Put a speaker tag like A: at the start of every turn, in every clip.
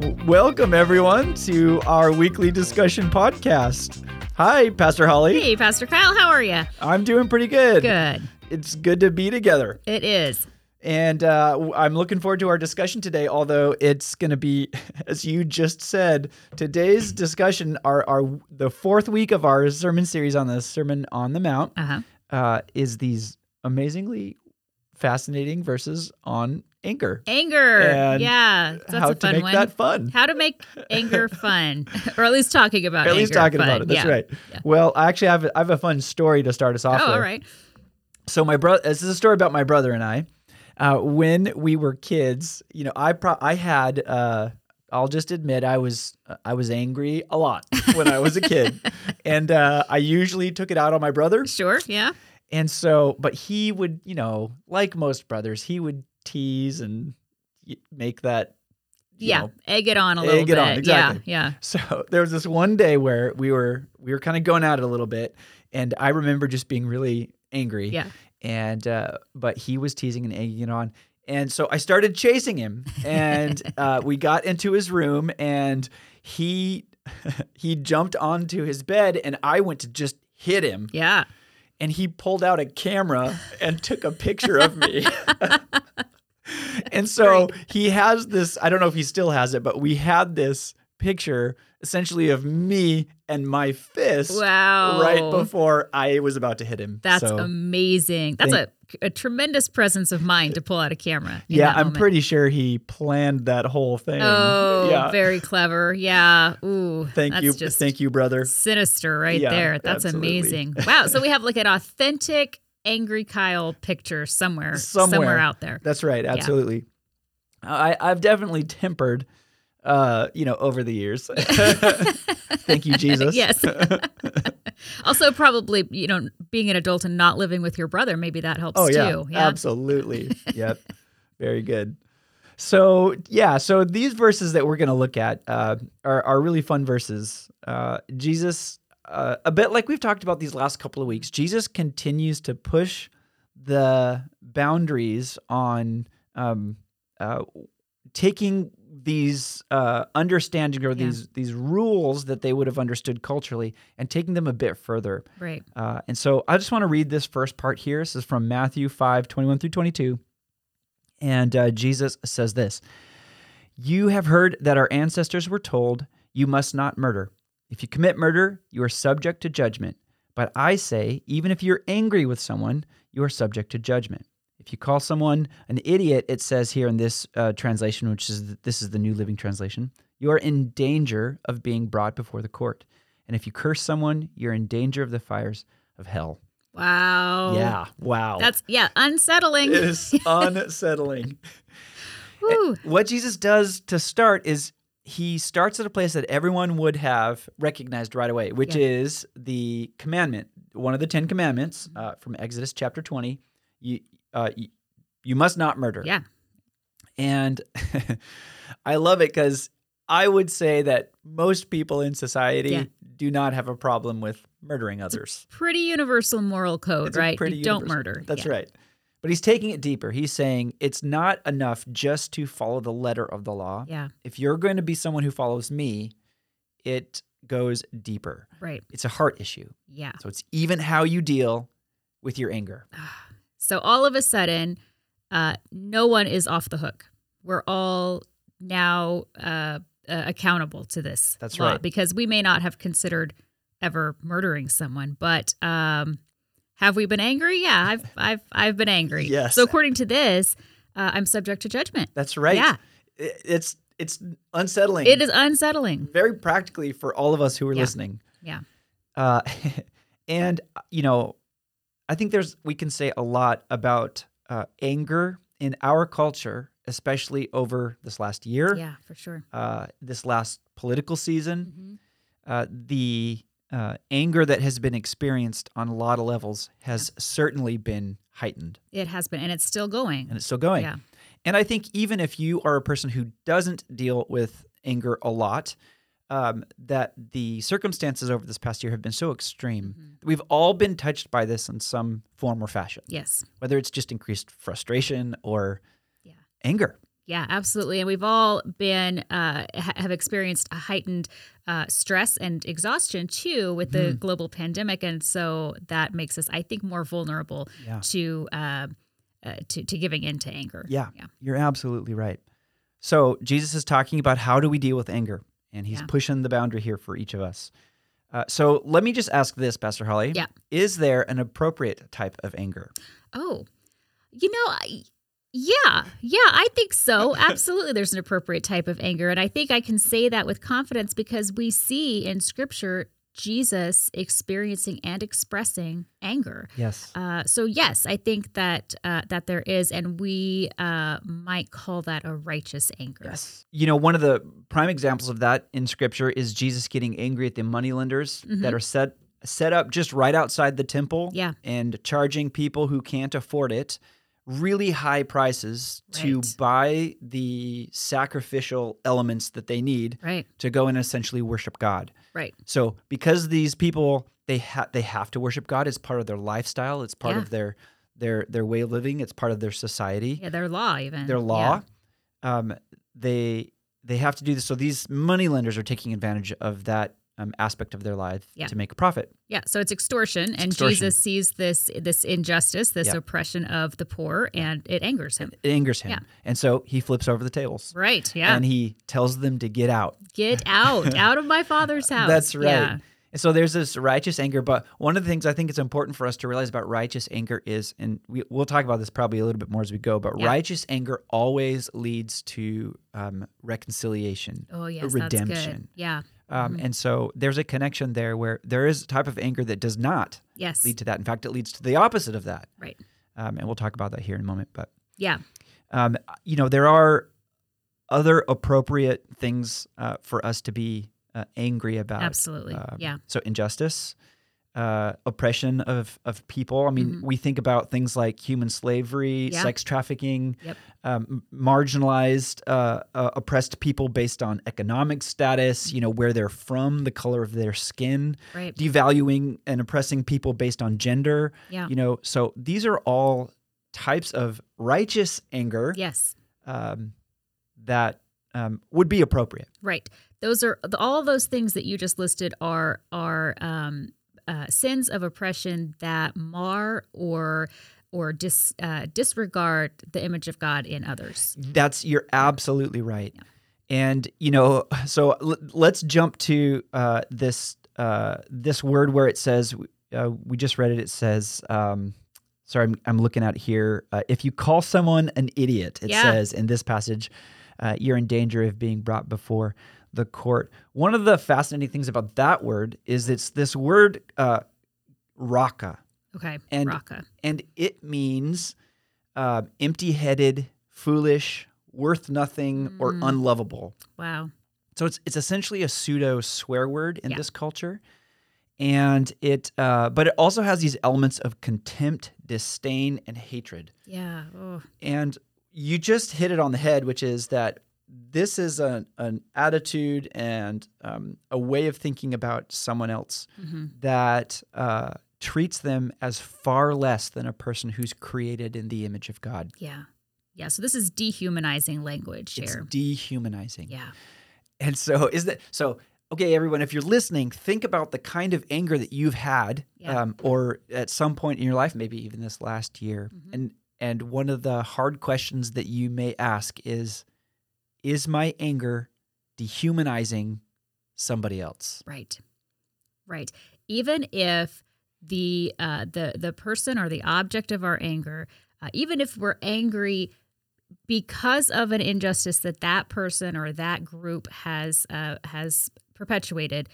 A: W- Welcome, everyone, to our weekly discussion podcast. Hi, Pastor Holly.
B: Hey, Pastor Kyle, how are you?
A: I'm doing pretty good.
B: Good.
A: It's good to be together.
B: It is.
A: And uh, w- I'm looking forward to our discussion today, although it's going to be, as you just said, today's discussion, our, our the fourth week of our sermon series on the Sermon on the Mount,
B: Uh huh.
A: uh, is these amazingly fascinating verses on anger.
B: Anger.
A: And
B: yeah. That's
A: How
B: a
A: to
B: fun
A: make
B: one.
A: that fun.
B: How to make anger fun, or at least talking about
A: Or at least
B: anger
A: talking
B: fun.
A: about it. That's
B: yeah.
A: right. Well, I actually have I have a fun story to start us off.
B: Oh,
A: with.
B: all right.
A: So my brother, this is a story about my brother and I. Uh, when we were kids, you know, I pro- I had uh, I'll just admit I was uh, I was angry a lot when I was a kid, and uh, I usually took it out on my brother.
B: Sure. Yeah.
A: And so, but he would, you know, like most brothers, he would tease and y- make that. you
B: Yeah.
A: know,
B: Egg it on a little
A: egg
B: bit.
A: it on, exactly.
B: Yeah.
A: So there was this one day where we were we were kind of going at it a little bit, and I remember just being really angry.
B: Yeah.
A: And uh, but he was teasing and egging it on, and so I started chasing him, and uh, we got into his room, and he he jumped onto his bed, and I went to just hit him
B: Yeah.
A: and he pulled out a camera and took a picture of me. and so he has this, I don't know if he still has it, but we had this picture essentially of me and my fist
B: Yeah. Wow.
A: right before I was about to hit him.
B: That's
A: so,
B: amazing. That's a, a tremendous presence of mind to pull out a camera. in
A: Yeah,
B: that
A: I'm
B: moment.
A: pretty sure he planned that whole thing.
B: Oh,
A: yeah.
B: very clever. Yeah. Ooh.
A: Thank
B: that's
A: you.
B: Just
A: Thank you, brother.
B: sinister right
A: Yeah,
B: there. That's
A: absolutely.
B: amazing. Wow. So we have like an authentic angry Kyle picture somewhere, somewhere,
A: Somewhere.
B: out there.
A: That's right. Absolutely. I, I've definitely tempered, uh, you know, over the years. Thank you, Jesus.
B: Yes. also, probably you know, being an adult and not living with your brother, maybe that helps
A: Oh yeah,
B: too.
A: absolutely. yep, very good. So yeah, so these verses that we're going to look at uh, are are really fun verses. Uh, Jesus, uh, a bit like we've talked about these last couple of weeks, Jesus continues to push the boundaries on um, uh, taking these uh, understanding or
B: Yeah.
A: these these rules that they would have understood culturally and taking them a bit further.
B: Right.
A: Uh, and so I just want to read this first part here. This is from Matthew 5 21 through 22. And uh, Jesus says this You have heard that our ancestors were told, You must not murder. If you commit murder, you are subject to judgment. But I say, even if you're angry with someone, you are subject to judgment. If you call someone an idiot, it says here in this uh, translation, which is this is the New Living Translation, you are in danger of being brought before the court. And if you curse someone, you're in danger of the fires of hell.
B: Wow.
A: Yeah. Wow.
B: Oh, That's yeah, unsettling.
A: it is unsettling.
B: Whew.
A: what Jesus does to start is he starts at a place that everyone would have recognized right away, which
B: Yeah.
A: is the commandment, one of the Ten
B: Mm-hmm.
A: Commandments uh, from Exodus chapter 20. You, uh, you, you must not murder.
B: Yeah.
A: And I love it because I would say that most people in society
B: Yeah.
A: do not have a problem with murdering others.
B: Pretty universal moral code,
A: It's a
B: right? You
A: pretty
B: don't
A: universal-
B: murder.
A: That's right. But he's taking it deeper. He's saying it's not enough just to follow the letter of the law.
B: Yeah.
A: If you're going to be someone who follows me, it goes deeper.
B: Right.
A: It's a heart issue.
B: Yeah.
A: So it's even how you deal with your anger.
B: So all of a sudden, uh, no one is off the hook. We're all now uh, uh, accountable to this.
A: That's
B: law
A: right.
B: Because we may not have considered ever murdering someone, but um, have we been angry? Yeah, I've I've I've been angry.
A: Yes.
B: So according to this, uh, I'm subject to judgment.
A: That's right.
B: Yeah.
A: I- It's it's unsettling.
B: It is unsettling.
A: very practically for all of us who are
B: Yeah.
A: listening.
B: Yeah.
A: Uh, and you know, I think there's we can say a lot about uh, anger in our culture, especially over this last year,
B: Yeah, for sure.
A: uh, this last political season,
B: hmm
A: uh, the uh, anger that has been experienced on a lot of levels has certainly been heightened,
B: It has been, and it's still going.
A: and it's still going.
B: Yeah.
A: And I think even if you are a person who doesn't deal with anger a lot, um, that the circumstances over this past year have been so extreme.
B: Mhm.
A: We've all been touched by this in some form or fashion,
B: Yes.
A: whether it's just increased frustration or
B: Yeah.
A: anger.
B: Yeah, absolutely. And we've all been, uh, ha- have experienced a heightened uh, stress and exhaustion too with the
A: Mhm.
B: global pandemic. And so that makes us, I think, more vulnerable
A: Yeah.
B: to, uh, uh, to, to giving in to anger.
A: Yeah.
B: Yeah.
A: You're absolutely right. So Jesus is talking about how do we deal with anger, and he's
B: Yeah.
A: pushing the boundary here for each of us. Uh, so let me just ask this, Pastor Holly.
B: Yeah.
A: Is there an appropriate type of anger?
B: Oh, you know, I, yeah, yeah, I think so. Absolutely, there's an appropriate type of anger. And I think I can say that with confidence because we see in scripture Jesus experiencing and expressing anger.
A: Yes.
B: Uh, so yes, I think that uh, that there is, and we uh, might call that a righteous anger.
A: Yes. You know, one of the prime examples of that in scripture is Jesus getting angry at the moneylenders that are set set up just right outside the temple
B: Mm-hmm. Yeah.
A: and charging people who can't afford it really high prices to
B: Right.
A: buy the sacrificial elements that they need
B: Right.
A: to go and essentially worship God.
B: Right.
A: So because these people they ha- they have to worship God, it's part of their lifestyle, it's part
B: Yeah.
A: of their their their way of living, it's part of their society
B: Yeah. Their law, even
A: their
B: Yeah.
A: law. Um, they they have to do this. So these money lenders are taking advantage of that um, aspect of their life
B: Yeah.
A: to make a profit.
B: Yeah, so it's extortion, and
A: extortion.
B: Jesus sees this this injustice, this
A: Yeah.
B: oppression of the poor, and it angers him.
A: It angers him,
B: Yeah.
A: and so he flips over the tables
B: Right? Yeah.
A: and he tells them to get out.
B: Get out, out of my father's house.
A: That's right.
B: Yeah.
A: And so there's this righteous anger, but one of the things I think it's important for us to realize about righteous anger is, and we, we'll talk about this probably a little bit more as we go, but
B: Yeah.
A: righteous anger always leads to um, reconciliation.
B: Oh yes, That's good.
A: Redemption.
B: Yeah.
A: Um,
B: Mhm.
A: And so there's a connection there where there is a type of anger that does not
B: Yes.
A: lead to that. In fact, it leads to the opposite of that.
B: Right.
A: Um, and we'll talk about that here in a moment. But,
B: Yeah.
A: um, you know, there are other appropriate things uh, for us to be uh, angry about.
B: Absolutely.
A: Um,
B: yeah.
A: So, injustice, uh, oppression of, of people. I mean,
B: Mhm.
A: we think about things like human slavery,
B: Yeah.
A: sex trafficking,
B: Yep.
A: um, m- marginalized, uh, uh, oppressed people based on economic status, you know, where they're from, the color of their skin
B: Right.
A: devaluing and oppressing people based on gender.
B: Yeah.
A: You know, so these are all types of righteous anger
B: Yes.
A: um, that um, would be appropriate.
B: Right. Those are the, all those things that you just listed are are um, uh, sins of oppression that mar or or dis, uh, disregard the image of God in others.
A: That's you're absolutely right. And you know, so l- let's jump to uh, this uh, this word where it says uh, we just read it. It says. Um, Sorry, I'm, I'm looking at here. Uh, if you call someone an idiot, it
B: Yeah.
A: says in this passage, uh, you're in danger of being brought before the court. One of the fascinating things about that word is it's this word, uh, raka,
B: Okay.
A: And-
B: Raka.
A: and it means uh, empty headed, foolish, worth nothing, or
B: Mm.
A: unlovable.
B: Wow.
A: So it's it's essentially a pseudo swear word in
B: Yeah.
A: this culture, and it uh, but it also has these elements of contempt, disdain, and hatred.
B: Yeah. Oh.
A: And you just hit it on the head, which is that this is an an attitude and um, a way of thinking about someone else
B: hmm
A: that uh, treats them as far less than a person who's created in the image of God.
B: Yeah. Yeah. So this is dehumanizing language
A: It's
B: here.
A: dehumanizing.
B: Yeah.
A: And so is that so? Okay, everyone, if you're listening, think about the kind of anger that you've had,
B: Yeah.
A: um, or at some point in your life, maybe even this last year.
B: Mhm.
A: And and one of the hard questions that you may ask is, is my anger dehumanizing somebody else?
B: Right. Right. Even if the uh, the the person or the object of our anger, uh, even if we're angry because of an injustice that that person or that group has uh, has perpetuated,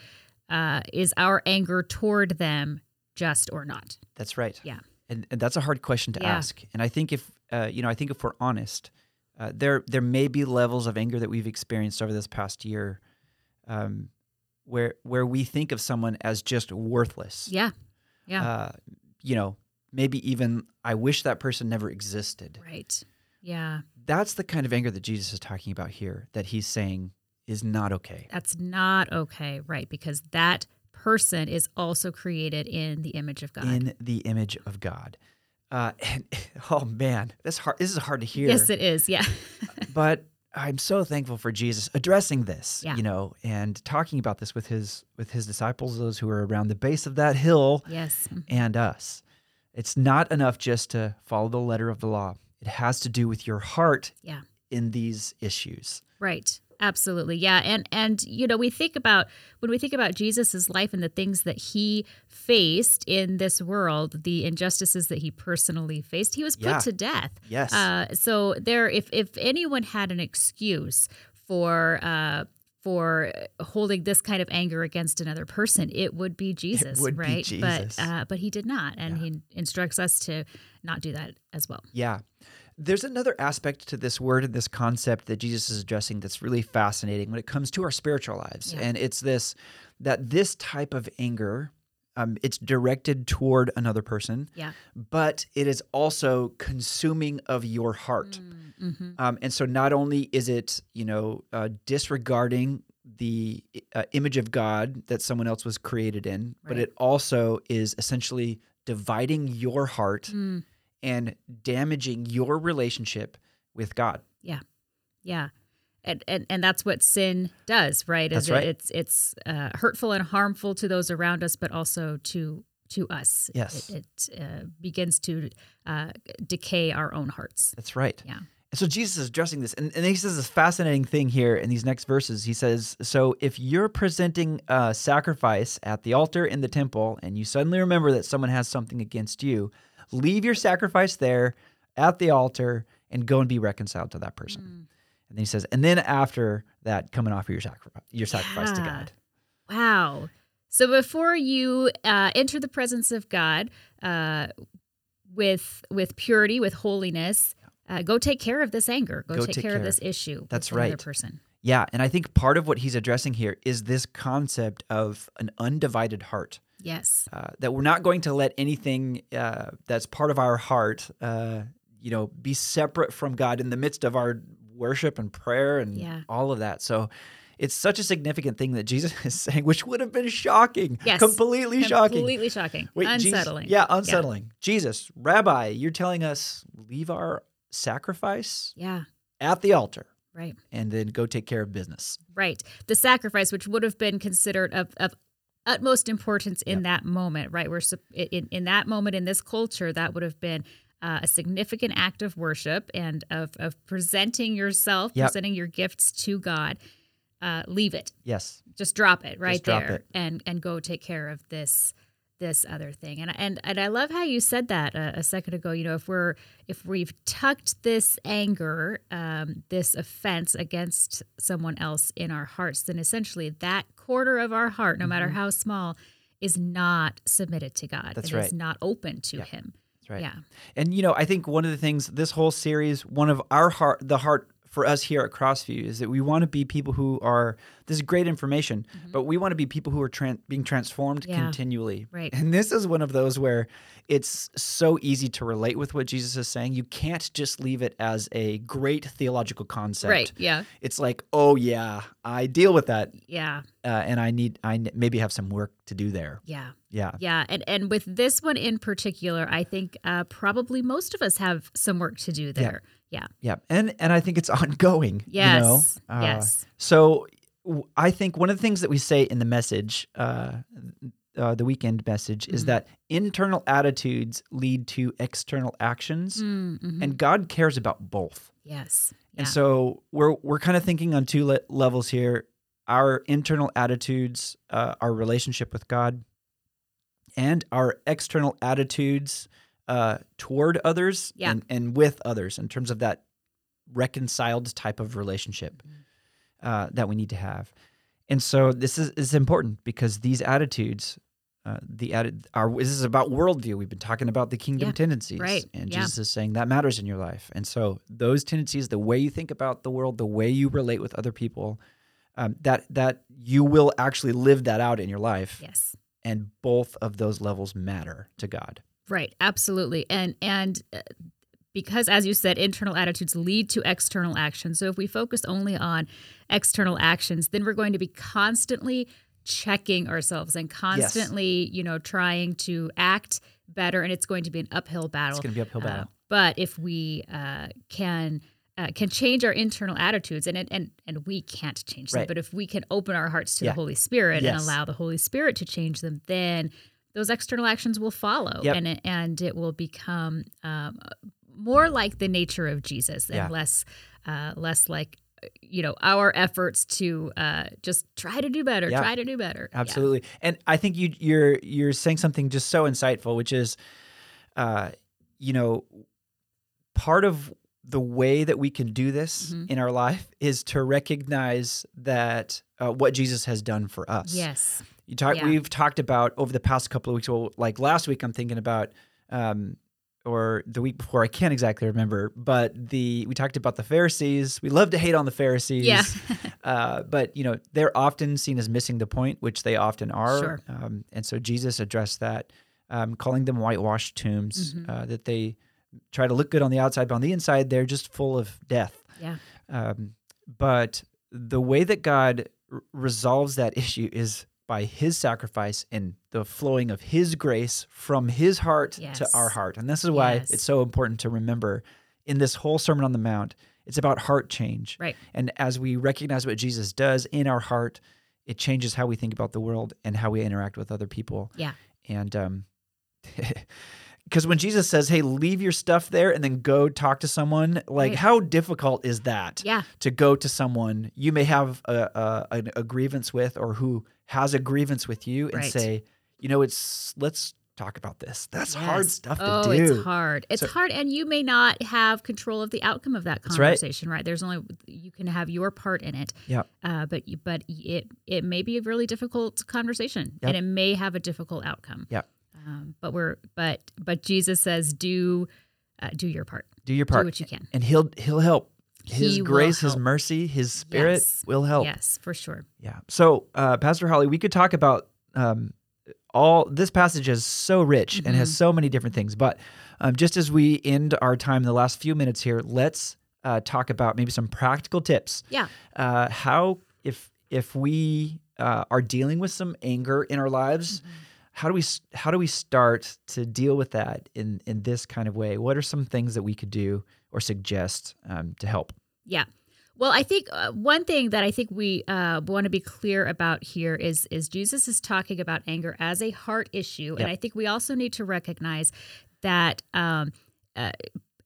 B: uh, is our anger toward them just or not?
A: That's right.
B: Yeah.
A: And, and that's a hard question to
B: Yeah.
A: ask. And I think if uh, you know, I think if we're honest, uh, there there may be levels of anger that we've experienced over this past year, um, where where we think of someone as just worthless.
B: Yeah. Yeah.
A: Uh, you know, maybe even I wish that person never existed.
B: right. Yeah.
A: That's the kind of anger that Jesus is talking about here. That he's saying is not okay.
B: That's not okay. Right. Because that person is also created in the image of God.
A: in the image of God. Uh, and oh man, this hard. This is hard to hear.
B: Yes, it is. Yeah.
A: but I'm so thankful for Jesus addressing this,
B: Yeah.
A: you know, and talking about this with his with his disciples, those who are around the base of that hill,
B: yes. Mm-hmm.
A: and us. It's not enough just to follow the letter of the law. It has to do with your heart
B: Yeah.
A: in these issues.
B: Right. Absolutely. Yeah. And and you know, we think about when we think about Jesus's life and the things that he faced in this world, the injustices that he personally faced, he was put
A: Yeah.
B: to death.
A: Yes.
B: Uh, so there, if if anyone had an excuse for uh, for holding this kind of anger against another person, it would be Jesus,
A: would be
B: right?
A: Jesus.
B: But uh, but he did not, and he instructs us to not do that as well.
A: Yeah. There's another aspect to this word and this concept that Jesus is addressing that's really fascinating when it comes to our spiritual lives.
B: Yeah.
A: And it's this that this type of anger, um, it's directed toward another person,
B: Yeah.
A: but it is also consuming of your heart.
B: Mm-hmm.
A: Um, and so not only is it, you know, uh, disregarding the uh, image of God that someone else was created in, but
B: Right.
A: it also is essentially dividing your heart
B: Mm.
A: and damaging your relationship with God.
B: Yeah. And, and, and that's what sin does, right? Is
A: That's right.
B: It, it's it's uh, hurtful and harmful to those around us, but also to to us.
A: Yes.
B: it, it uh, begins to uh, decay our own hearts.
A: That's right.
B: Yeah.
A: And so Jesus is addressing this, and, and he says this fascinating thing here in these next verses. He says, "So if you're presenting a sacrifice at the altar in the temple, and you suddenly remember that someone has something against you, leave your sacrifice there at the altar and go and be reconciled to that person."
B: Mm.
A: And then he says, "And then after that, come and offer your sacrifice, your sacrifice to
B: Yeah.
A: God."
B: Wow. So before you uh, enter the presence of God uh, with with purity, with holiness, uh, go take care of this anger. Go, take, care, of this issue.
A: That's
B: with another
A: right.
B: Person.
A: Yeah, and I think part of what he's addressing here is this concept of an undivided heart.
B: Yes.
A: uh, that we're not going to let anything uh, that's part of our heart, uh, you know, be separate from God in the midst of our worship and prayer and
B: Yeah.
A: all of that. So it's such a significant thing that Jesus is saying, which would have been shocking,
B: Yes.
A: completely shocking.
B: Completely shocking.
A: Wait, Jesus-
B: Unsettling.
A: yeah, unsettling. Jesus, Rabbi, you're telling us leave our sacrifice
B: Yeah.
A: at the altar
B: Right.
A: and then go take care of business.
B: Right. The sacrifice, which would have been considered of, of utmost importance in that moment, right? We're sup- in, in that moment in this culture, that would have been uh, a significant act of worship and of, of presenting yourself,
A: Yep.
B: presenting your gifts to God. Uh, leave it.
A: Yes.
B: Just drop it right
A: drop
B: there,
A: it.
B: and and go take care of this this other thing. And and and I love how you said that a, a second ago. You know, if we're if we've tucked this anger, um, this offense against someone else in our hearts, then essentially that quarter of our heart, no matter how small, is not submitted to God.
A: Mm-hmm. That's
B: It is
A: right.
B: not open to
A: Yeah.
B: Him.
A: That's right.
B: Yeah.
A: And you know, I think one of the things this whole series, one of our heart, the heart for us here at Crossview is that we want to be people who are. This is great information, but we want to be people who are tran being transformed
B: Mm-hmm. Yeah.
A: continually.
B: Right.
A: And this is one of those where it's so easy to relate with what Jesus is saying. You can't just leave it as a great theological concept.
B: Right. Yeah.
A: It's like, oh yeah, I deal with that,
B: Yeah.
A: uh, and I need, I n- maybe have some work to do there.
B: Yeah.
A: Yeah.
B: Yeah, and and with this one in particular, I think uh, probably most of us have some work to do there. Yeah.
A: Yeah, and and I think it's ongoing.
B: Yes.
A: You know? Uh,
B: yes.
A: So w- I think one of the things that we say in the message, uh, uh, the weekend message, is
B: Mhm.
A: that internal attitudes lead to external actions,
B: Mm-hmm.
A: and God cares about both.
B: yes.
A: And
B: Yeah.
A: so we're we're kind of thinking on two le- levels here: our internal attitudes, uh, our relationship with God, and our external attitudes uh, toward others
B: Yeah.
A: and, and with others, in terms of that reconciled type of relationship
B: Mm-hmm.
A: uh, that we need to have. And so this is, is important because these attitudes. Uh, the added our this is about worldview. We've been talking about the kingdom
B: Yeah.
A: tendencies,
B: Right.
A: and
B: Yeah.
A: Jesus is saying that matters in your life. And so those tendencies, the way you think about the world, the way you relate with other people, um, that that you will actually live that out in your life.
B: yes.
A: And both of those levels matter to God.
B: Right. Absolutely. And and uh, because as you said, internal attitudes lead to external actions. So if we focus only on external actions, then we're going to be constantly checking ourselves and constantly, you know, trying to act better. And it's going to be an uphill battle.
A: It's going to be uphill
B: Uh,
A: battle.
B: but if we uh, can uh, can change our internal attitudes, and and- and and we can't change them,
A: Right.
B: but if we can open our hearts to
A: Yeah.
B: the Holy Spirit and
A: Yes.
B: allow the Holy Spirit to change them, then those external actions will follow,
A: Yep.
B: and it, and it will become um, more like the nature of Jesus and
A: Yeah.
B: less uh, less like you know our efforts to uh, just try to do better,
A: Yeah.
B: try to do better. Yeah.
A: Absolutely. And I think you you're you're saying something just so insightful, which is uh, you know, part of the way that we can do this
B: Mhm.
A: in our life is to recognize that uh, what Jesus has done for us.
B: Yes.
A: You talk,
B: Yeah.
A: We've talked about over the past couple of weeks. Well, like last week, I'm thinking about, um, or the week before, I can't exactly remember. But the we talked about the Pharisees. We love to hate on the Pharisees.
B: Yeah.
A: uh, but you know they're often seen as missing the point, which they often are.
B: Sure.
A: Um, and so Jesus addressed that, um, calling them whitewashed tombs.
B: Mhm.
A: Uh, that they try to look good on the outside, but on the inside they're just full of death.
B: Yeah.
A: Um, but the way that God r- resolves that issue is by his sacrifice and the flowing of his grace from his heart to
B: Yes.
A: our heart. And this is why
B: Yes.
A: it's so important to remember in this whole Sermon on the Mount, it's about heart change.
B: Right.
A: And as we recognize what Jesus does in our heart, it changes how we think about the world and how we interact with other people.
B: Yeah.
A: And um because when Jesus says, "Hey, leave your stuff there and then go talk to someone," like
B: Right.
A: how difficult is that?
B: Yeah.
A: to go to someone you may have a, a, an- a grievance with or who has a grievance with you and
B: Right.
A: say, you know, it's let's talk about this. That's hard
B: Yes.
A: stuff
B: oh,
A: to do.
B: it's hard. It's
A: So-
B: hard, and you may not have control of the outcome of that
A: That's right.
B: conversation. Right. There's only you can have your part in it.
A: Yeah.
B: Uh, but you, but it it may be a really difficult conversation,
A: Yep.
B: and it may have a difficult outcome.
A: Yep.
B: Um, but we're but but Jesus says do uh, do your part.
A: Do your part,
B: Do what you can.
A: and he'll he'll help. His
B: He will
A: grace, his
B: help.
A: mercy, his spirit
B: Yes.
A: will help.
B: Yes, for sure.
A: Yeah. So, uh, Pastor Holly, we could talk about um, all this passage is so rich and has so many different things. But um, just as we end our time, the last few minutes here, let's uh, talk about maybe some practical tips.
B: Yeah.
A: Uh, how if if we uh, are dealing with some anger in our lives. How do we s- how do we start to deal with that in in this kind of way? What are some things that we could do or suggest um, to help?
B: Yeah. Well, I think uh, one thing that I think we uh, want to be clear about here is is Jesus is talking about anger as a heart issue,
A: Yep.
B: and I think we also need to recognize that um, uh,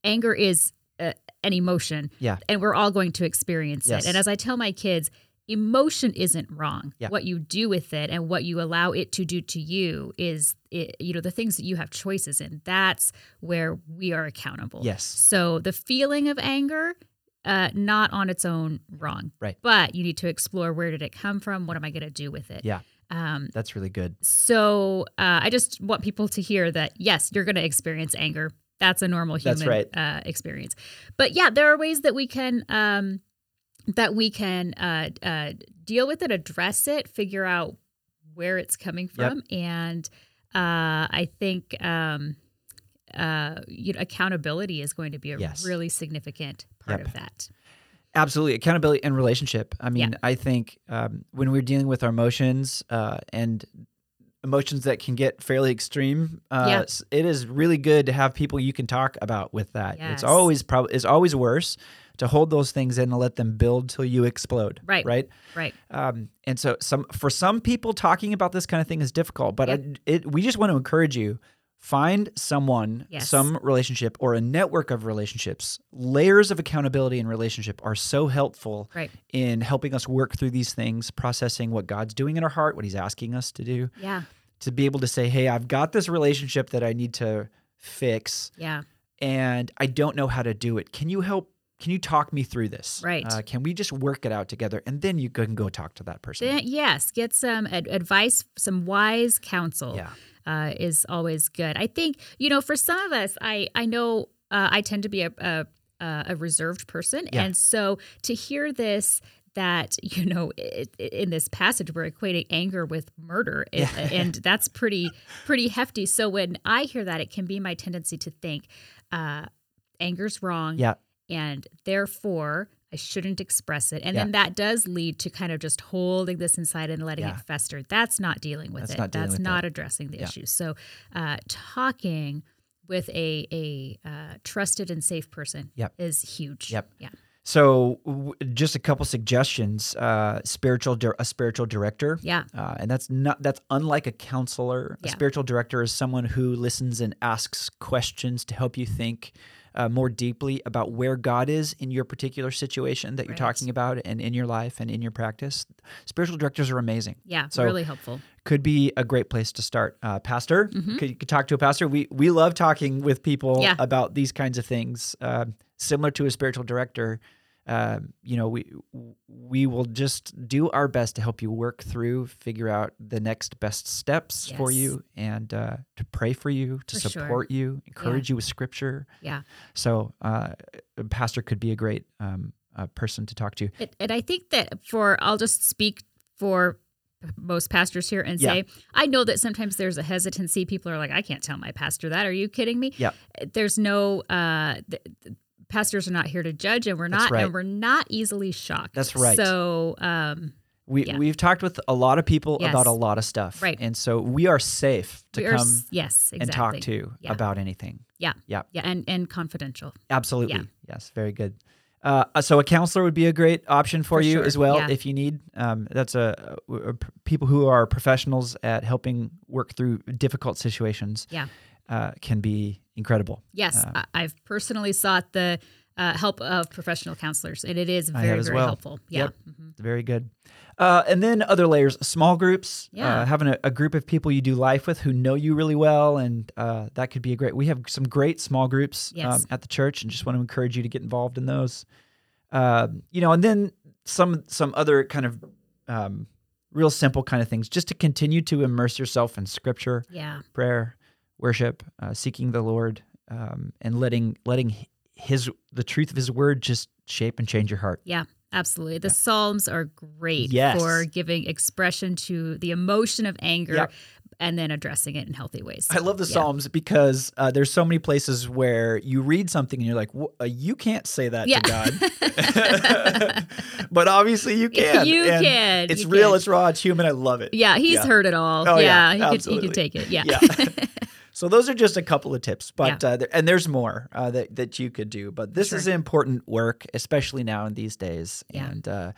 B: anger is uh, an emotion,
A: Yeah.
B: and we're all going to experience
A: Yes.
B: it. And as I tell my kids, emotion isn't wrong.
A: Yeah.
B: What you do with it and what you allow it to do to you is, it, you know, the things that you have choices in. That's where we are accountable.
A: Yes.
B: So the feeling of anger, uh, not on its own wrong.
A: Right.
B: But you need to explore where did it come from? What am I going to do with it?
A: Yeah.
B: Um,
A: That's really good.
B: so uh, I just want people to hear that yes, you're going to experience anger. That's a normal human
A: That's right.
B: uh, experience. But yeah, there are ways that we can um, that we can uh, uh, deal with it, address it, figure out where it's coming
A: Yep.
B: from, and uh, I think um, uh, you know, accountability is going to be a
A: Yes.
B: really significant part
A: Yep.
B: of that.
A: Absolutely, accountability and relationship. I mean, I think um, when we're dealing with our emotions uh, and emotions that can get fairly extreme, uh,
B: Yeah.
A: s- it is really good to have people you can talk about with that. It's
B: Yes.
A: always probably it's always worse to hold those things in and let them build till you explode.
B: Right.
A: Right.
B: Right.
A: Um, and so some for some people talking about this kind of thing is difficult, but I, it, we just want to encourage you find someone,
B: Yes.
A: some relationship or a network of relationships. Layers of accountability in relationship are so helpful
B: Right.
A: in helping us work through these things, processing what God's doing in our heart, what he's asking us to do,
B: Yeah.
A: to be able to say, "Hey, I've got this relationship that I need to fix
B: Yeah.
A: and I don't know how to do it. Can you help can you talk me through this?
B: Right.
A: Uh, can we just work it out together? And then you can go talk to that person.
B: Then, yes, get some ad- advice, some wise counsel.
A: Yeah.
B: uh, is always good. I think you know for some of us, I I know uh, I tend to be a a, uh, a reserved person,
A: Yeah.
B: and so to hear this that you know it, it- in this passage we're equating anger with murder it-
A: Yeah.
B: and that's pretty pretty hefty so when i hear that it can be my tendency to think uh anger's wrong
A: Yeah.
B: and therefore I shouldn't express it. And
A: Yeah.
B: then that does lead to kind of just holding this inside and letting
A: Yeah.
B: it fester. That's not dealing with
A: That's
B: it.
A: not dealing
B: That's
A: with
B: not addressing the
A: Yeah.
B: issue. So, uh, talking with a a uh, trusted and safe person
A: Yep.
B: is huge.
A: Yep.
B: Yeah.
A: So, w- just a couple suggestions. Uh, spiritual, dir- a spiritual director,
B: Yeah.
A: uh, and that's not that's unlike a counselor. A
B: Yeah.
A: spiritual director is someone who listens and asks questions to help you think uh, more deeply about where God is in your particular situation that you're
B: Right.
A: talking about, and in your life and in your practice. Spiritual directors are amazing.
B: Yeah.
A: So-
B: really helpful.
A: Could be a great place to start. Uh, pastor, could, you could talk to a pastor. We we love talking with people
B: Mm-hmm. Yeah.
A: about these kinds of things. Uh, similar to a spiritual director, uh, you know, we we will just do our best to help you work through, figure out the next best steps for
B: Yes.
A: you, and uh, to pray for you, to
B: For sure.
A: support you, encourage you with scripture.
B: Yeah.
A: So, uh, a pastor could be a great um, uh, person to talk to.
B: It, and I think that for I'll just speak for most pastors here and
A: Yeah.
B: say I know that sometimes there's a hesitancy. People are like, I can't tell my pastor that. Are you kidding me?
A: Yeah.
B: There's no. Uh, th- th- Pastors are not here to judge, and we're
A: That's
B: not,
A: right.
B: and we're not easily shocked.
A: That's right.
B: So, um,
A: We
B: Yeah.
A: we've talked with a lot of people
B: Yes.
A: about a lot of stuff,
B: Right.
A: And so we are safe to
B: we are,
A: come
B: s- yes, exactly.
A: and talk to
B: Yeah.
A: about anything.
B: Yeah.
A: Yeah.
B: Yeah, and and confidential.
A: Absolutely. Yes. Very good. Uh, uh, so a counselor would be a great option for,
B: For
A: you
B: sure.
A: as well
B: Yeah.
A: if you need. Um, that's a, a- a- p- people who are professionals at helping work through difficult situations.
B: Yeah.
A: Uh, can be incredible.
B: Yes,
A: Um,
B: I, I've personally sought the uh, help of professional counselors, and it is
A: I have
B: very
A: as
B: very
A: well.
B: helpful. Yeah. Mm-hmm.
A: Yep. Very good. Uh, and then other layers, small groups.
B: Yeah.
A: Uh, having a, a group of people you do life with who know you really well, and uh, that could be a great. We have some great small groups um,
B: Yes.
A: at the church, and just want to encourage you to get involved in those. Um, you know, and then some some other kind of um, real simple kind of things, just to continue to immerse yourself in Scripture,
B: Yeah.
A: prayer, worship, uh, seeking the Lord, um, and letting letting His the truth of His Word just shape and change your heart.
B: Yeah, absolutely. The Psalms are great
A: Yes.
B: for giving expression to the emotion of anger
A: Yep.
B: and then addressing it in healthy ways.
A: I love the
B: Yeah.
A: Psalms because uh, there's so many places where you read something and you're like, "Wh- uh, you can't say that
B: Yeah.
A: to God. but obviously you can.
B: You
A: and
B: can,
A: It's
B: you
A: real,
B: can.
A: it's raw, it's human. I love it.
B: Yeah, he's
A: Yeah.
B: heard it all.
A: Oh, yeah,
B: yeah, he, could, he
A: absolutely.
B: could take it. Yeah.
A: Yeah. so those are just a couple of tips, but uh, there, and there's more uh, that that you could do. But this
B: Sure.
A: is important work, especially now in these days.
B: Yeah.
A: And uh,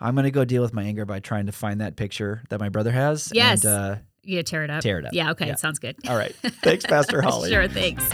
A: I'm gonna go deal with my anger by trying to find that picture that my brother has.
B: Yes.
A: And, uh,
B: You tear it up.
A: Tear it up.
B: Yeah, okay.
A: Yeah.
B: Sounds good.
A: all right. Thanks, Pastor Holly.
B: Sure, thanks.